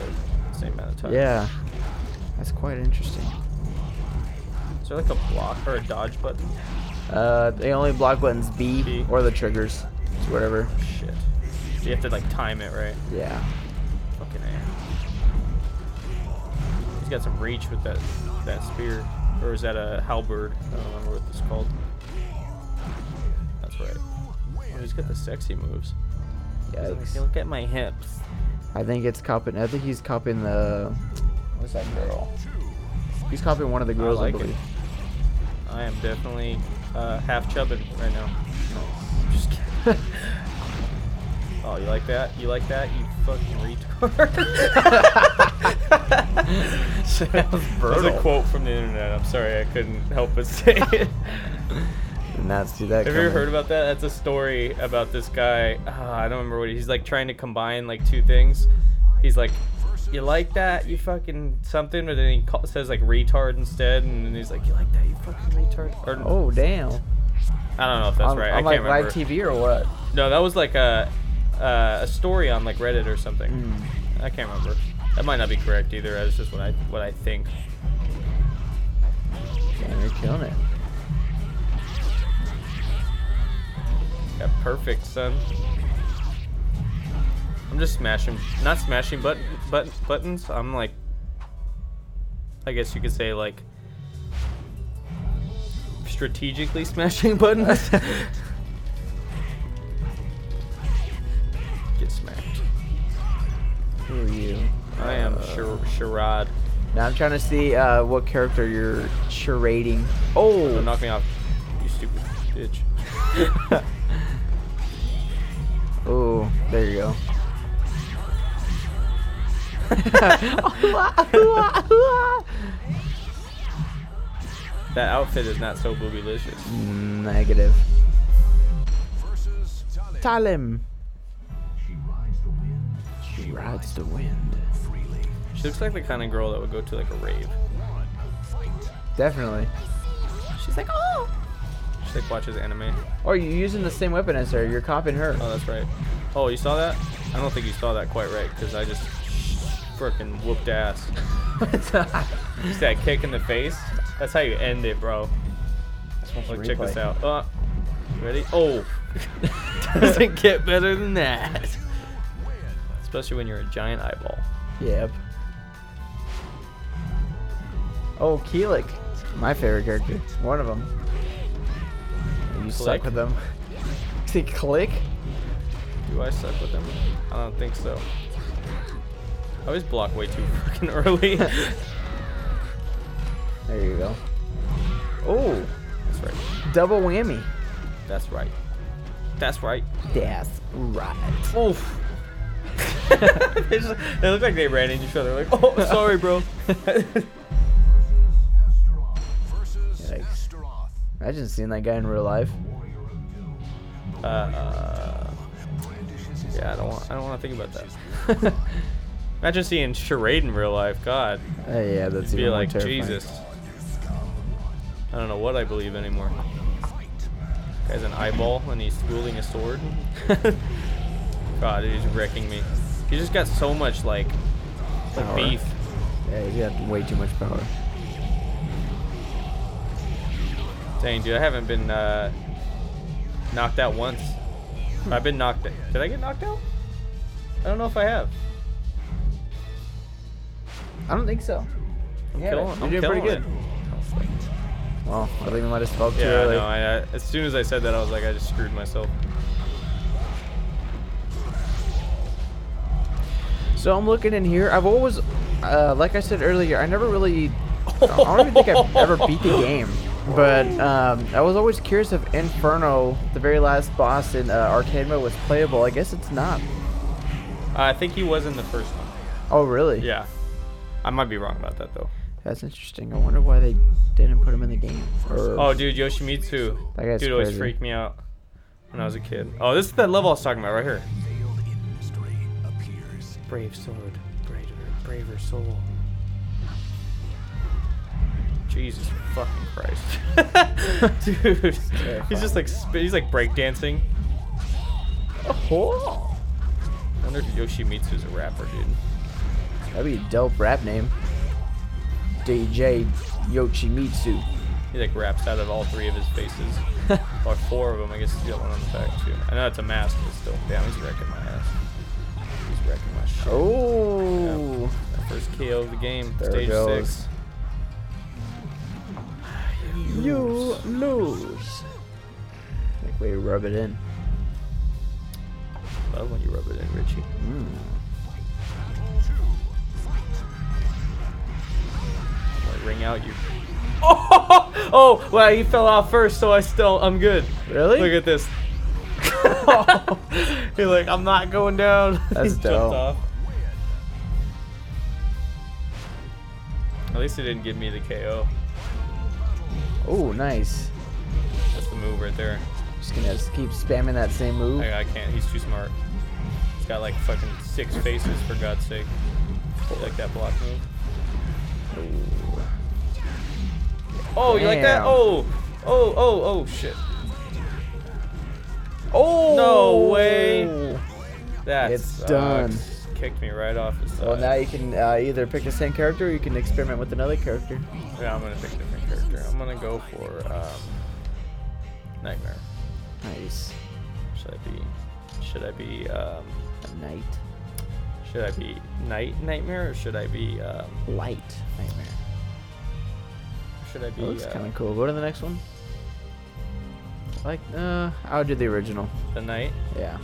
B: same amount of time.
A: Yeah, that's quite interesting.
B: Is there like a block or a dodge button?
A: Uh, the only block buttons B,
B: B.
A: or the triggers, it's whatever.
B: Shit. So you have to like time it right.
A: Yeah.
B: Fucking A. He's got some reach with that that spear, or is that a halberd? I don't remember what it's called. That's right. Oh, he's got the sexy moves. He's like,
A: Yikes.
B: Look at my hips.
A: I think it's copying. I think he's copying the. What's that girl? He's copying one of the girls, I,
B: like it.
A: believe.
B: I am definitely uh, half chubbing right now. Just kidding. oh, you like that? You like that? You fucking
A: [laughs]
B: retard.
A: Sounds
B: That was
A: brutal.
B: a quote from the internet. I'm sorry, I couldn't help but say it.
A: Did not see that.
B: Have you ever heard about that? That's a story about this guy. ah, I don't remember what he, he's like trying to combine like two things. He's like, you like that? You fucking something, but then he call, says like retard instead, and then he's like, you like that? You fucking retard. Or,
A: Oh damn!
B: I don't know if that's
A: on,
B: right.
A: on,
B: I
A: like
B: can't remember.
A: live TV or what?
B: No, that was like a uh, a story on like Reddit or something.
A: Hmm.
B: I can't remember. That might not be correct either. That's just what I what I think.
A: Damn, you're killing it.
B: Yeah, perfect, son. I'm just smashing, not smashing button, button buttons. I'm like, I guess you could say like, strategically [laughs]
A: [laughs]
B: smashing buttons. Get smacked.
A: Who are you?
B: I am
A: Uh,
B: char- charade.
A: Now I'm trying to see uh, what character you're charading. Oh,
B: Don't knock me off, you stupid bitch.
A: [laughs] Oh, there you go. [laughs] Mm,
B: that outfit is not so boobylicious.
A: Negative. Talim. She rides the wind.
B: She looks like the kind of girl that would go to like a rave.
A: Definitely.
B: She's like, oh. She like watches anime.
A: Or you're using the same weapon as her. You're copying her.
B: Oh, that's right. Oh, you saw that? I don't think you saw that quite right because I just frickin' whooped ass. Uh,
A: [laughs]
B: [laughs] Just that kick in the face. That's how you end it, bro. Look, check this
A: replay. [laughs]
B: out. Uh, ready? Oh, [laughs] doesn't get better than that. Especially when you're a giant eyeball.
A: yep. Oh, Keelik. My favorite character. One of them. You
B: Click?
A: suck with them. [laughs] See, click?
B: Do I suck with them? I don't think so. I always block way too fucking [laughs] early. that's
A: There you go. Oh,
B: right.
A: double whammy.
B: That's right. That's right.
A: That's right.
B: Oof. [laughs] they, just, they look like they ran into each other. Like, oh, sorry, bro.
A: Yikes. Imagine seeing that guy in real life.
B: uh, uh, yeah, I don't want. I don't want to think about that. [laughs] Imagine seeing charade in real life. God,
A: Uh, yeah, that's
B: be
A: even more
B: like
A: terrifying.
B: Jesus. I don't know what I believe anymore. Guy's an eyeball and he's wielding a sword. [laughs] God, he's wrecking me. He just got so much like, like
A: Power.
B: beef.
A: Yeah, you got way too much power.
B: Dang, dude, I haven't been uh,
A: Hmm.
B: knocked out once. I've been knocked out. Did I get knocked out? I don't know if I have.
A: I don't think so.
B: I'm
A: Yeah,
B: killing,
A: you're
B: I'm
A: doing
B: killing
A: pretty good.
B: it.
A: Well, I think we might have spoke too
B: Yeah, I
A: early.
B: know. I, I, as soon as I said that, I was like, I just screwed myself.
A: So I'm looking in here. I've always, uh, like I said earlier, I never really. I don't even think I've ever beat the game. But um, I was always curious if Inferno, the very last boss in uh, arcade mode, was playable. I guess it's not.
B: Uh, I think he was in the first one.
A: Oh, really?
B: Yeah. I might be wrong about that though.
A: That's interesting. I wonder why they didn't put him in the game. Or,
B: Oh, dude, Yoshimitsu.
A: That guy's
B: dude always
A: crazy.
B: freaked me out when I was a kid. Oh, this is that level I was talking about right here.
E: veiled in mystery appears.
B: Brave sword, braver, braver soul. Jesus fucking Christ, [laughs] dude! He's just like sp- he's like breakdancing.
A: Oh,
B: I wonder if Yoshimitsu's a rapper, dude.
A: that'd be a dope rap name. DJ Yochimitsu.
B: He like raps out of all three of his
A: [laughs]
B: faces, or four of them. I guess he's got one on the back too. I know it's a mask, but still, damn, he's wrecking my ass. He's wrecking my shit.
A: Oh.
B: That First KO of the game,
A: There it
B: stage
A: goes.
B: six.
A: You lose. Like we rub it in.
B: Love when you rub it in, Richie. Like, ring out your. [laughs] Oh, oh! Well, he fell out first, so I still I'm good.
A: Really?
B: Look at [laughs] this. He's like, I'm not going down.
A: That's
B: [laughs] He jumped
A: dope.
B: off. At least he didn't give me the KO.
A: Oh, nice.
B: That's the move right there.
A: Just gonna s- keep spamming that same move.
B: I, I can't. He's too smart. He's got like fucking six faces for God's sake. You like that block move. Oh, you like that?
A: Damn.
B: Oh, oh, oh, oh, shit. Oh no way.
A: Oh.
B: That
A: It's
B: sucks.
A: done.
B: Kicked me right off his side.
A: Well, now you can uh, either pick the same character or you can experiment with another character.
B: yeah, I'm gonna pick a different character. I'm gonna go for um, nightmare.
A: Nice.
B: Should I be? Should I be? Um,
A: A Knight.
B: should I be night nightmare or should I be? Um,
A: Light. Nightmare.
B: should I be?
A: That looks
B: uh,
A: kind of cool. Go to the next one. I Like, uh, I would do the original.
B: The night.
A: Yeah.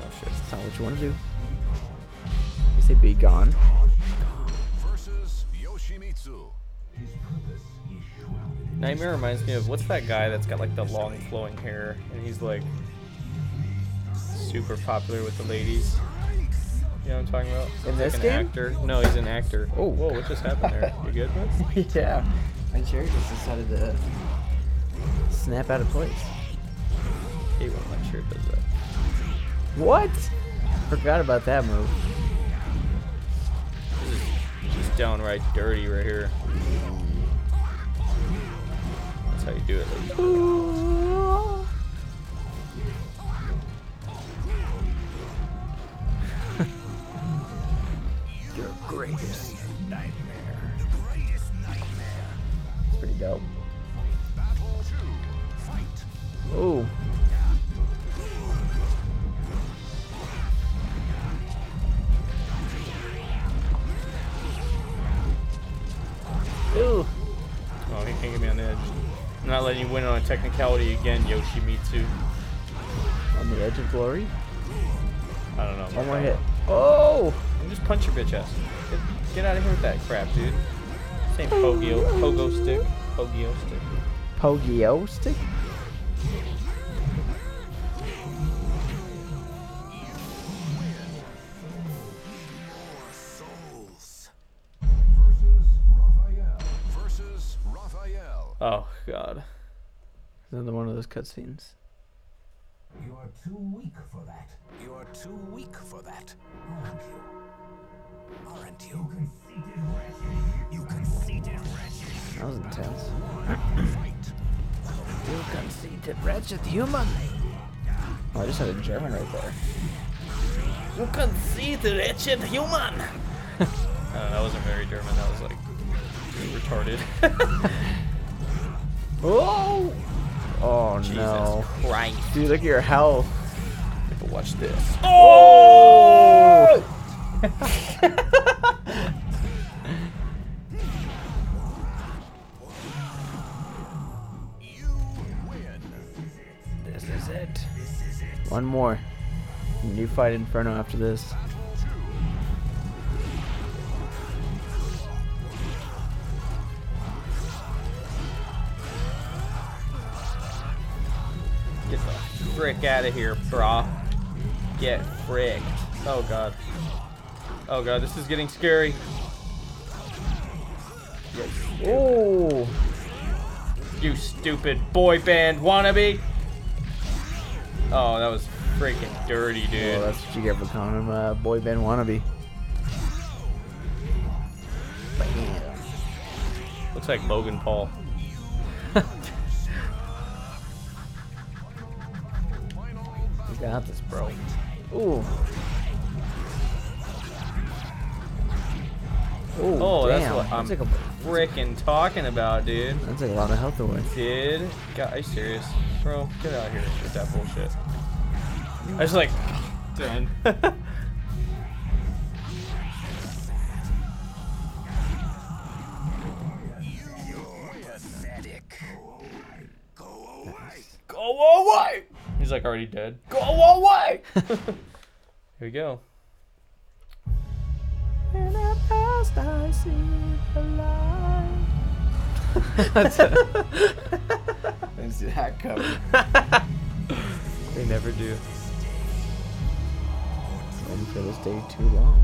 B: Oh shit.
A: That's not what you want to do. You say be gone. [laughs]
E: Versus Yoshimitsu.
B: Nightmare reminds me of what's that guy that's got like the long flowing hair and he's like super popular with the ladies. You know what I'm talking about? He's
A: this
B: like
A: game?
B: An actor. No, he's an actor.
A: Oh.
B: whoa, what just happened there?
A: [laughs]
B: You good? bud?
A: yeah. My chair just decided to snap out of place.
B: Hate when my shirt does that.
A: What? Forgot about that move.
B: This is just downright dirty right here. That's how you do
A: [laughs]
B: it. ladies.
A: Your greatest nightmare. It's pretty dope.
E: Battle 2. Fight.
A: Ooh. Ooh.
B: Oh, he can't get me on the edge. I'm not letting you win on a technicality again, Yoshimitsu.
A: On the edge of glory.
B: I don't know.
A: One more hit. Oh!
B: And just punch your bitch ass. Get, get out of here with that crap, dude. Same Pogio, Pogo stick. Pogio stick.
A: Pogio stick?
E: Souls. Versus Raphael.
B: Oh, God.
A: Another one of those cutscenes.
E: You are too weak for that. You are too weak for that. Aren't you? Aren't you? You conceited wretch.
A: That was intense.
E: You conceited wretch. Fight.
A: You conceited wretched human. Oh, I just had a German right there.
B: You can see the wretched human. that wasn't very German. That was like retarded. [laughs]
A: Oh! Oh
B: Jesus
A: no.
B: Christ.
A: Dude, look at your health.
B: But watch this.
A: Oh!
B: is it.
A: One more. And you fight Inferno after this.
B: Get the frick out of here, brah. Get fricked. Oh god. Oh god, this is getting scary.
A: Oh,
B: You stupid boy band wannabe. Oh, that was freaking dirty, dude.
A: well, that's what you get for calling him uh, boy band wannabe.
B: Looks like Logan Paul.
A: You got this, bro. Ooh. Ooh,
B: Oh, that's
A: damn.
B: what I'm
A: That took a,
B: freaking talking about, dude.
A: that took a lot of health away.
B: Dude, God, are you serious, bro? Get out of here with that bullshit. I was like, done.
E: Pathetic. Go away.
B: Go away! [laughs] He's like already dead. Go away! Here we go.
A: Let's do that [laughs] cover.
B: They never do.
A: Waiting for this day too long.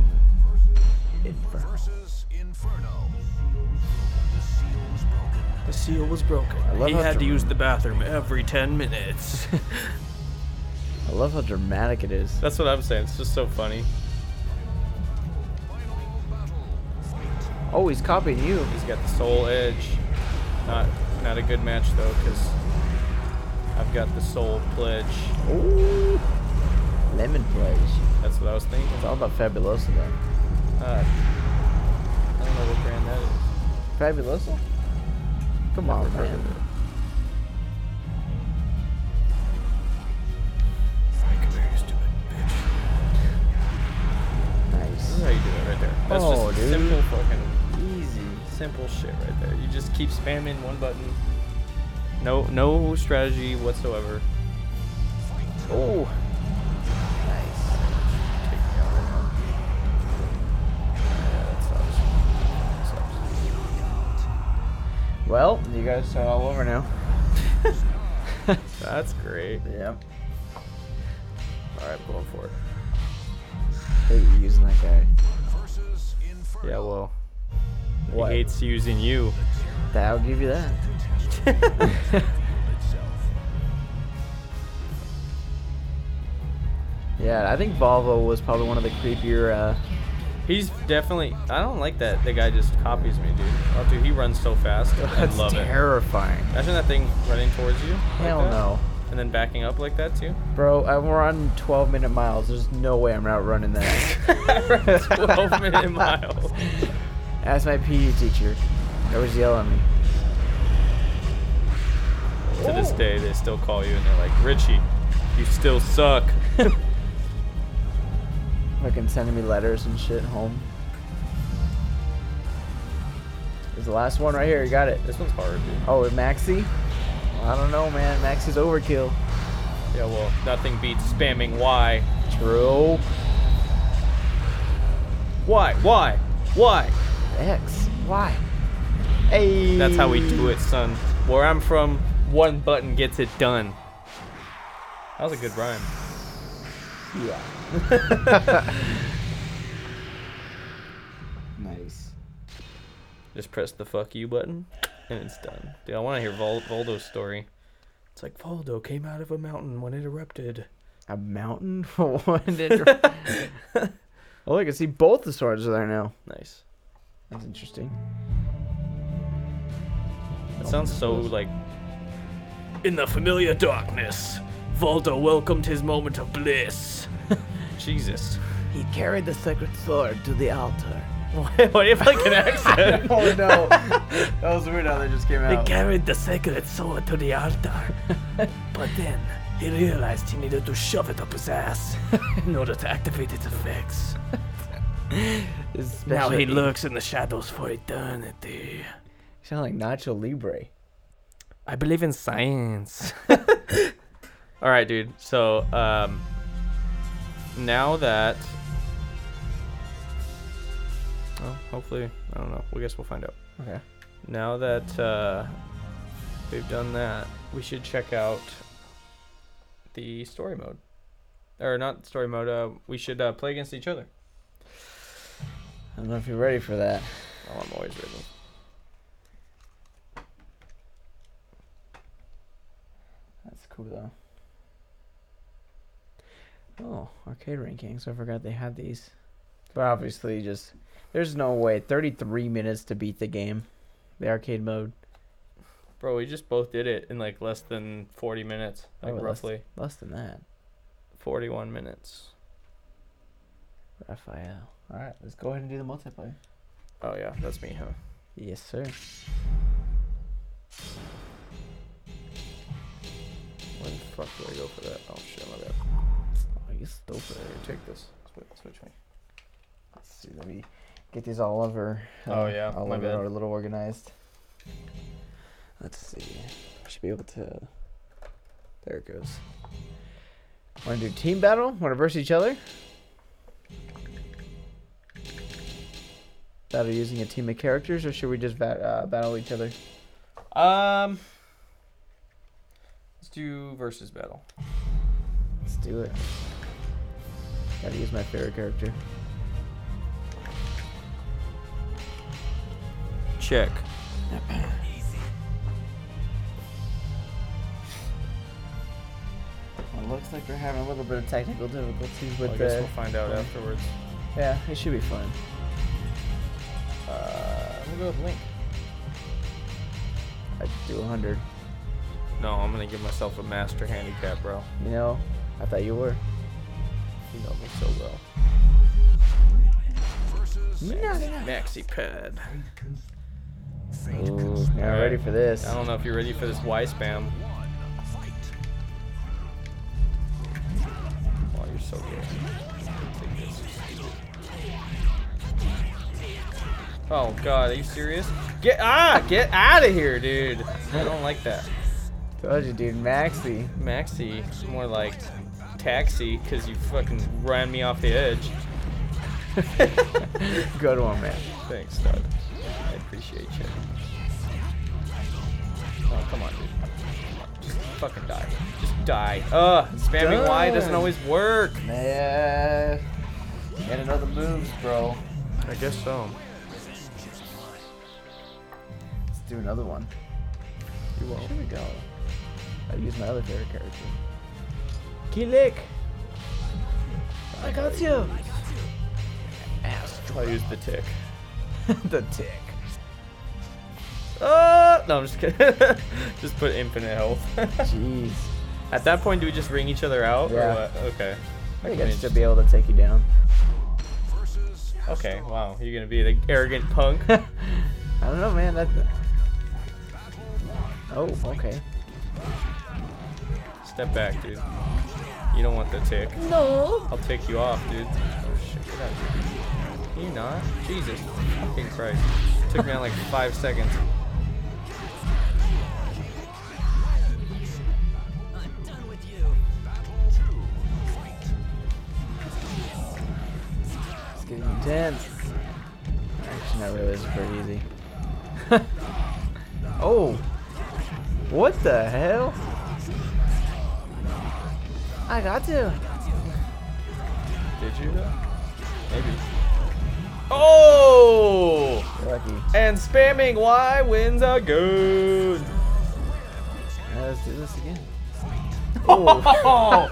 A: Inferno.
E: Versus Inferno. The seal was broken.
F: The seal was broken.
A: love
F: He
A: how
F: had to
A: dr-
F: use the bathroom every 10 minutes.
A: I love how dramatic it is.
B: That's what I'm saying. It's just so funny.
E: Final battle. Fight.
A: Oh, he's copying you.
B: He's got the soul edge. Not, not a good match though, because I've got the soul pledge.
A: Ooh. Lemon plays.
B: That's what I was thinking.
A: It's all about Fabuloso, though.
B: Uh, I don't know what brand that is.
A: Fabuloso? Come on, man.
F: Come here, you stupid bitch.
B: This is
A: Nice.
B: how you do it right there. That's
A: Oh,
B: just
A: dude.
B: simple fucking
A: Easy.
B: simple shit right there. You just keep spamming one button. No no strategy whatsoever.
A: Oh. Nice.
B: Take me out right now. Yeah, that sucks. That sucks.
A: Well, you guys start all over now.
B: That's great.
A: Yep.
B: Alright, I'm going for it.
A: Hey, you're using that guy.
E: Versus Inferno.
B: Yeah, well.
A: What?
B: He hates using you.
A: That'll give you that. [laughs] Yeah, I think Volvo was probably one of the creepier. Uh,
B: He's definitely I don't like that the guy just copies me, dude. Oh dude, he runs so fast. I
A: [laughs] that's
B: love it.
A: terrifying.
B: Imagine that thing running towards you. like
A: Hell
B: that,
A: no.
B: And then backing up like
A: [laughs]
B: that too.
A: Bro, I'm on 12 minute miles. There's no way I'm not running that.
B: 12 minute miles.
A: Ask my PE teacher. They always yell at me.
B: To this day, they still call you and they're like, Richie, you
A: [laughs]
B: still suck.
A: Fucking sending me letters and shit home. There's the last one right here. You got it.
B: this one's hard, dude.
A: Oh, with Maxi? I don't know, man. Maxi's overkill.
B: Yeah, well, nothing beats spamming Y.
A: True.
B: Why? Why? Why?
A: X. Y. Hey.
B: That's how we do it, son. Where I'm from, one button gets it done. That was a good rhyme.
A: Yeah.
B: [laughs]
A: nice.
B: Just press the fuck you button, and it's done. Dude, I want to hear Vol- Voldo's story.
F: [laughs]
B: [laughs]
F: It's like Voldo came out of a mountain when it erupted.
A: A mountain? [laughs] What
B: [laughs]
A: did- oh, look, Oh, I can see both the swords are there now.
B: Nice.
A: That's interesting.
B: That sounds so like.
F: In the familiar darkness, Voldo welcomed his moment of [laughs] bliss.
B: Jesus. [laughs]
A: He carried the sacred sword to the altar.
B: what if like an accent?
A: Oh [laughs] no. that was weird how they just came
F: He
A: out.
F: carried the sacred sword to the [laughs] altar, but then he realized he needed to shove it up his [laughs] ass in order to activate its effects.
A: It's
F: Now
A: special-
F: he looks in the shadows for eternity.
A: Sound like Nacho Libre.
F: I believe in science.
B: All right, dude. So um, now that, well, hopefully, I don't know. We guess we'll find out.
A: Okay.
B: Now that uh, we've done that, we should check out the story mode, or not story mode. Uh, we should uh, play against each other.
A: I don't know if you're ready for that.
B: Oh, I'm always ready.
A: That's cool though. Oh, arcade rankings. I forgot they had these. But obviously, just there's no way. 33 minutes to beat the game, the arcade mode.
B: Bro, we just both did it in like less than 40 minutes, like
A: Oh, less-
B: roughly
A: less than that.
B: 41 minutes.
A: Raphael. All right, let's go ahead and do the multiplayer.
B: Oh yeah, that's me, huh?
A: Yes, sir.
B: Where the fuck do I go for that? Oh shit, my bad.
A: Oh, you stupid.
B: Here, take this. Switch, switch me.
A: Let's see, let me get these all over. Uh,
B: Oh, yeah,
A: all
B: my
A: over
B: bad.
A: are a little organized. Let's see. Should be able to. There it goes. Want to do team battle? Want to verse each other? Battle using a team of characters, or should we just bat, uh, battle each other?
B: Um, let's do versus battle.
A: Let's do it. Gotta use my favorite character.
B: Check.
A: Well, looks like we're having a little bit of technical difficulties with
B: I guess
A: the.
B: we'll find out afterwards.
A: Yeah, it should be fun.
B: Uh, I'm gonna go with Link.
A: I do 100.
B: No, I'm gonna give myself a master handicap, bro.
A: You know, I thought you were.
B: You know me so well. Maxi pad.
A: Ooh, now
B: Alright.
A: ready for this.
B: I don't know if you're ready for this Y spam. Oh, you're so good. Take this. Oh God, are you serious? Get ah, get out of here, dude. I don't like that.
A: Told you, dude. Maxi.
B: Maxi, it's more like taxi, cause you fucking ran me off the edge.
A: Good one, man.
B: Thanks, Doug. I appreciate you. Oh, come on, dude. Just fucking die. Just die. Ugh, spamming Y doesn't
A: Done.
B: always work.
A: Yeah. And another moves, bro.
B: I guess so.
A: Let's do another one. You won't. Here we go. I use my other favorite character. Kilik. I got you.
B: I used the tick.
A: [laughs] the tick.
B: Uh, no, I'm just kidding. [laughs] just put infinite health. [laughs]
A: Jeez.
B: At that point, do we just ring each other out?
A: Yeah.
B: Or what? Okay.
A: I think
B: can
A: I
B: manage-
A: should be able to take you down.
B: Okay, wow. You're going to be the arrogant punk? [laughs]
A: I don't know, man. That. Oh, okay.
B: Step back, dude. You don't want the tick. No. I'll take you off, dude. Oh shit, get out of here. Can you not? Jesus fucking Christ. Took me out like five seconds.
C: I'm done with you.
A: It's getting intense. Actually, not really. This is pretty easy. [laughs] oh, what the hell? I got to.
B: Did you though? Maybe. Oh!
A: You're lucky.
B: And spamming Y wins a good.
A: Now let's do this again.
B: [laughs] Oh!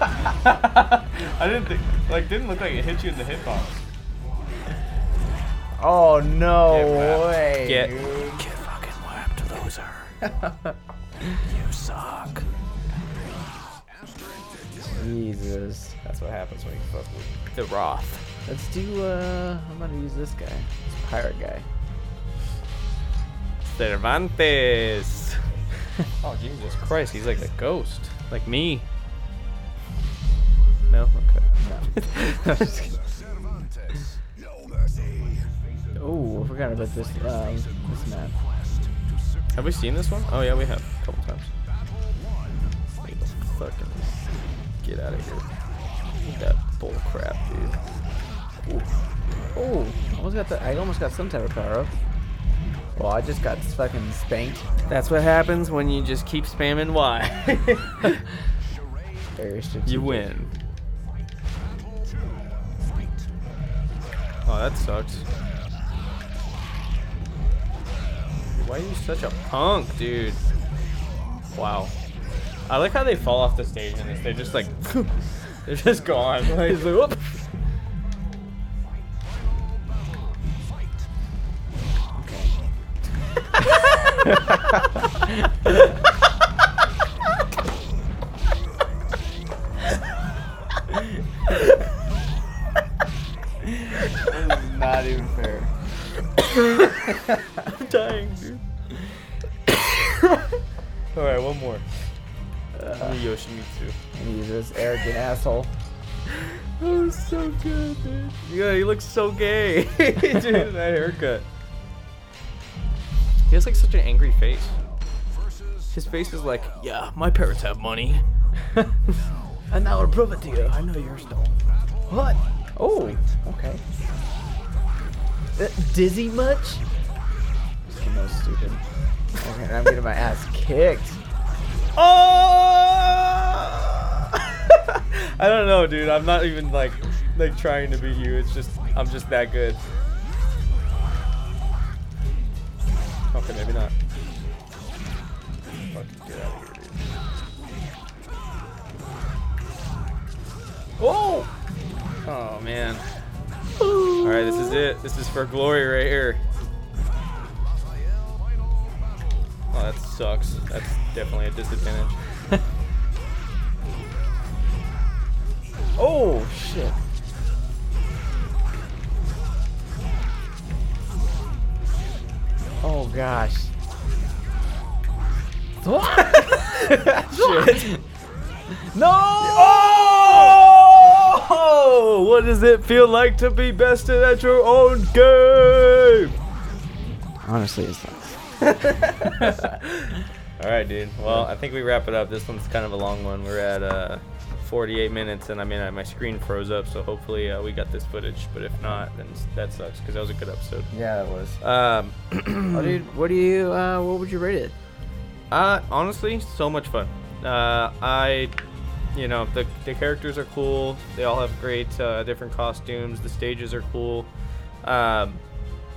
B: I didn't think like didn't look like it hit you in the hitbox.
A: Oh no
B: Get wrapped.
A: way!
B: Get-
A: dude.
F: Get fucking wrapped, [laughs] loser. you suck.
A: Jesus.
B: That's what happens when you fuck with the Roth.
A: Let's do. Uh, I'm gonna use this guy. This pirate guy. [laughs]
B: Cervantes. oh Jesus Christ, he's like a ghost, like me. No, okay.
A: Oh, I forgot about this. Um, this map.
B: Have we seen this one? Oh yeah, we have a couple times. Fucking Get out of here. That bull crap, dude.
A: Oh, almost got the. I almost got some type of power up. Well, I just got fucking
B: [laughs]
A: spanked.
B: That's what happens when you just keep spamming Y. [laughs]
A: Very
B: you
A: strategic.
B: win. Oh, that sucks. Why are you such a punk, dude? Wow. I like how they fall off the stage in this. They just like, [laughs] they're just gone. [laughs] Like,
A: He's like, "Oop."
B: not even fair.
A: [laughs]
B: I'm dying, dude. [coughs] All right, one more. Uh, Yoshimitsu.
A: He's this arrogant asshole.
B: That was so good, dude. Yeah, he looks so gay, [laughs] dude. That haircut. He has like such an angry face. His face is like,
F: Yeah, my parents have money. and now I'll prove it to you. I know yours don't.
A: What? Oh, okay. Uh, dizzy much? This is the most stupid. Okay, and I'm getting my ass kicked.
B: oh! [laughs] I don't know, dude. I'm not even like, like trying to beat you. It's just, I'm just that good. Okay, maybe not. Fuck, get out of here, dude. Oh! Oh man. All right, this is it. This is for glory right here. Oh, that sucks. That's definitely a disadvantage.
A: Oh shit. Oh gosh.
B: [laughs] Shit.
A: [laughs] No!
B: Oh! What does it feel like to be bested at your
A: [laughs]
B: own game?
A: Honestly, it sucks.
B: All right, dude. Well, I think we wrap it up. This one's kind of a long one. We're at uh, 48 minutes, and I mean, uh, my screen froze up, so hopefully uh, we got this footage. But if not, then s- that sucks because that was a good episode.
A: Yeah, it was.
B: Um, [clears throat]
A: Oh, dude, what do you? Uh, what would you rate it?
B: Uh, honestly, so much fun. Uh, I, you know, the, the characters are cool. They all have great uh, different costumes. The stages are cool. Um,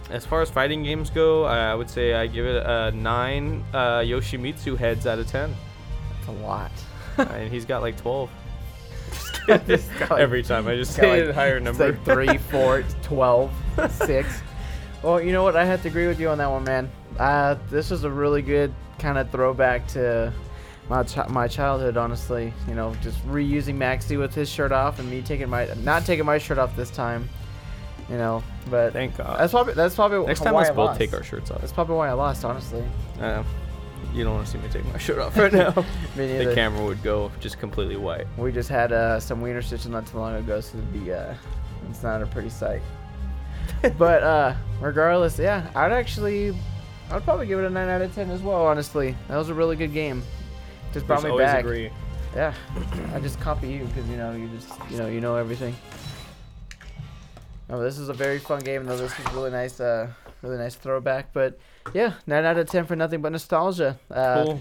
B: as far as fighting games go, I I would say I give it a nine uh, Yoshimitsu heads out
A: [laughs]
B: of ten,
A: It's a lot. [laughs]
B: and he's got like twelve. [laughs] Every time
A: [laughs]
B: I just
A: Got
B: say
A: like-
B: a [laughs] higher
A: it's
B: number.
A: like three, [laughs] four,
B: [laughs]
A: 12, six. Well, you know what? I have to agree with you on that one, man. Uh, this was a really good kind of throwback to my chi- my childhood, honestly. You know, just reusing Maxie with his shirt off and me taking my not taking my shirt off this time. You know, but
B: Thank God.
A: that's probably that's probably
B: Next
A: why
B: time, let's
A: I
B: both
A: lost.
B: take our shirts off.
A: That's probably why I lost, honestly.
B: Uh, you don't want to see me take my [laughs] shirt
A: [laughs]
B: off right now.
A: Me
B: the
A: neither.
B: camera would go just completely white.
A: We just had uh, some wiener stitches not too long ago, so it'd be uh, it's not a pretty
B: [laughs]
A: sight. but uh, regardless, yeah, I'd actually, I'd probably give it a nine out of ten as well. Honestly, that was a really good game. Just brought
B: Just
A: me
B: always
A: back.
B: agree.
A: Yeah, I just copy you because you know you just you know you know everything. Oh, this is a very fun game though. This is really nice, uh, really nice throwback. But yeah, nine out of ten for nothing but nostalgia. Uh,
B: Cool.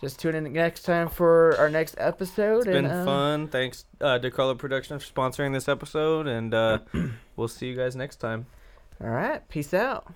A: Just tune in next time for our next episode.
B: It's
A: and,
B: been
A: uh,
B: fun. Thanks, uh, DeCarlo Productions, for sponsoring this episode, [clears throat] and uh, we'll see you guys next time.
A: All right, peace out.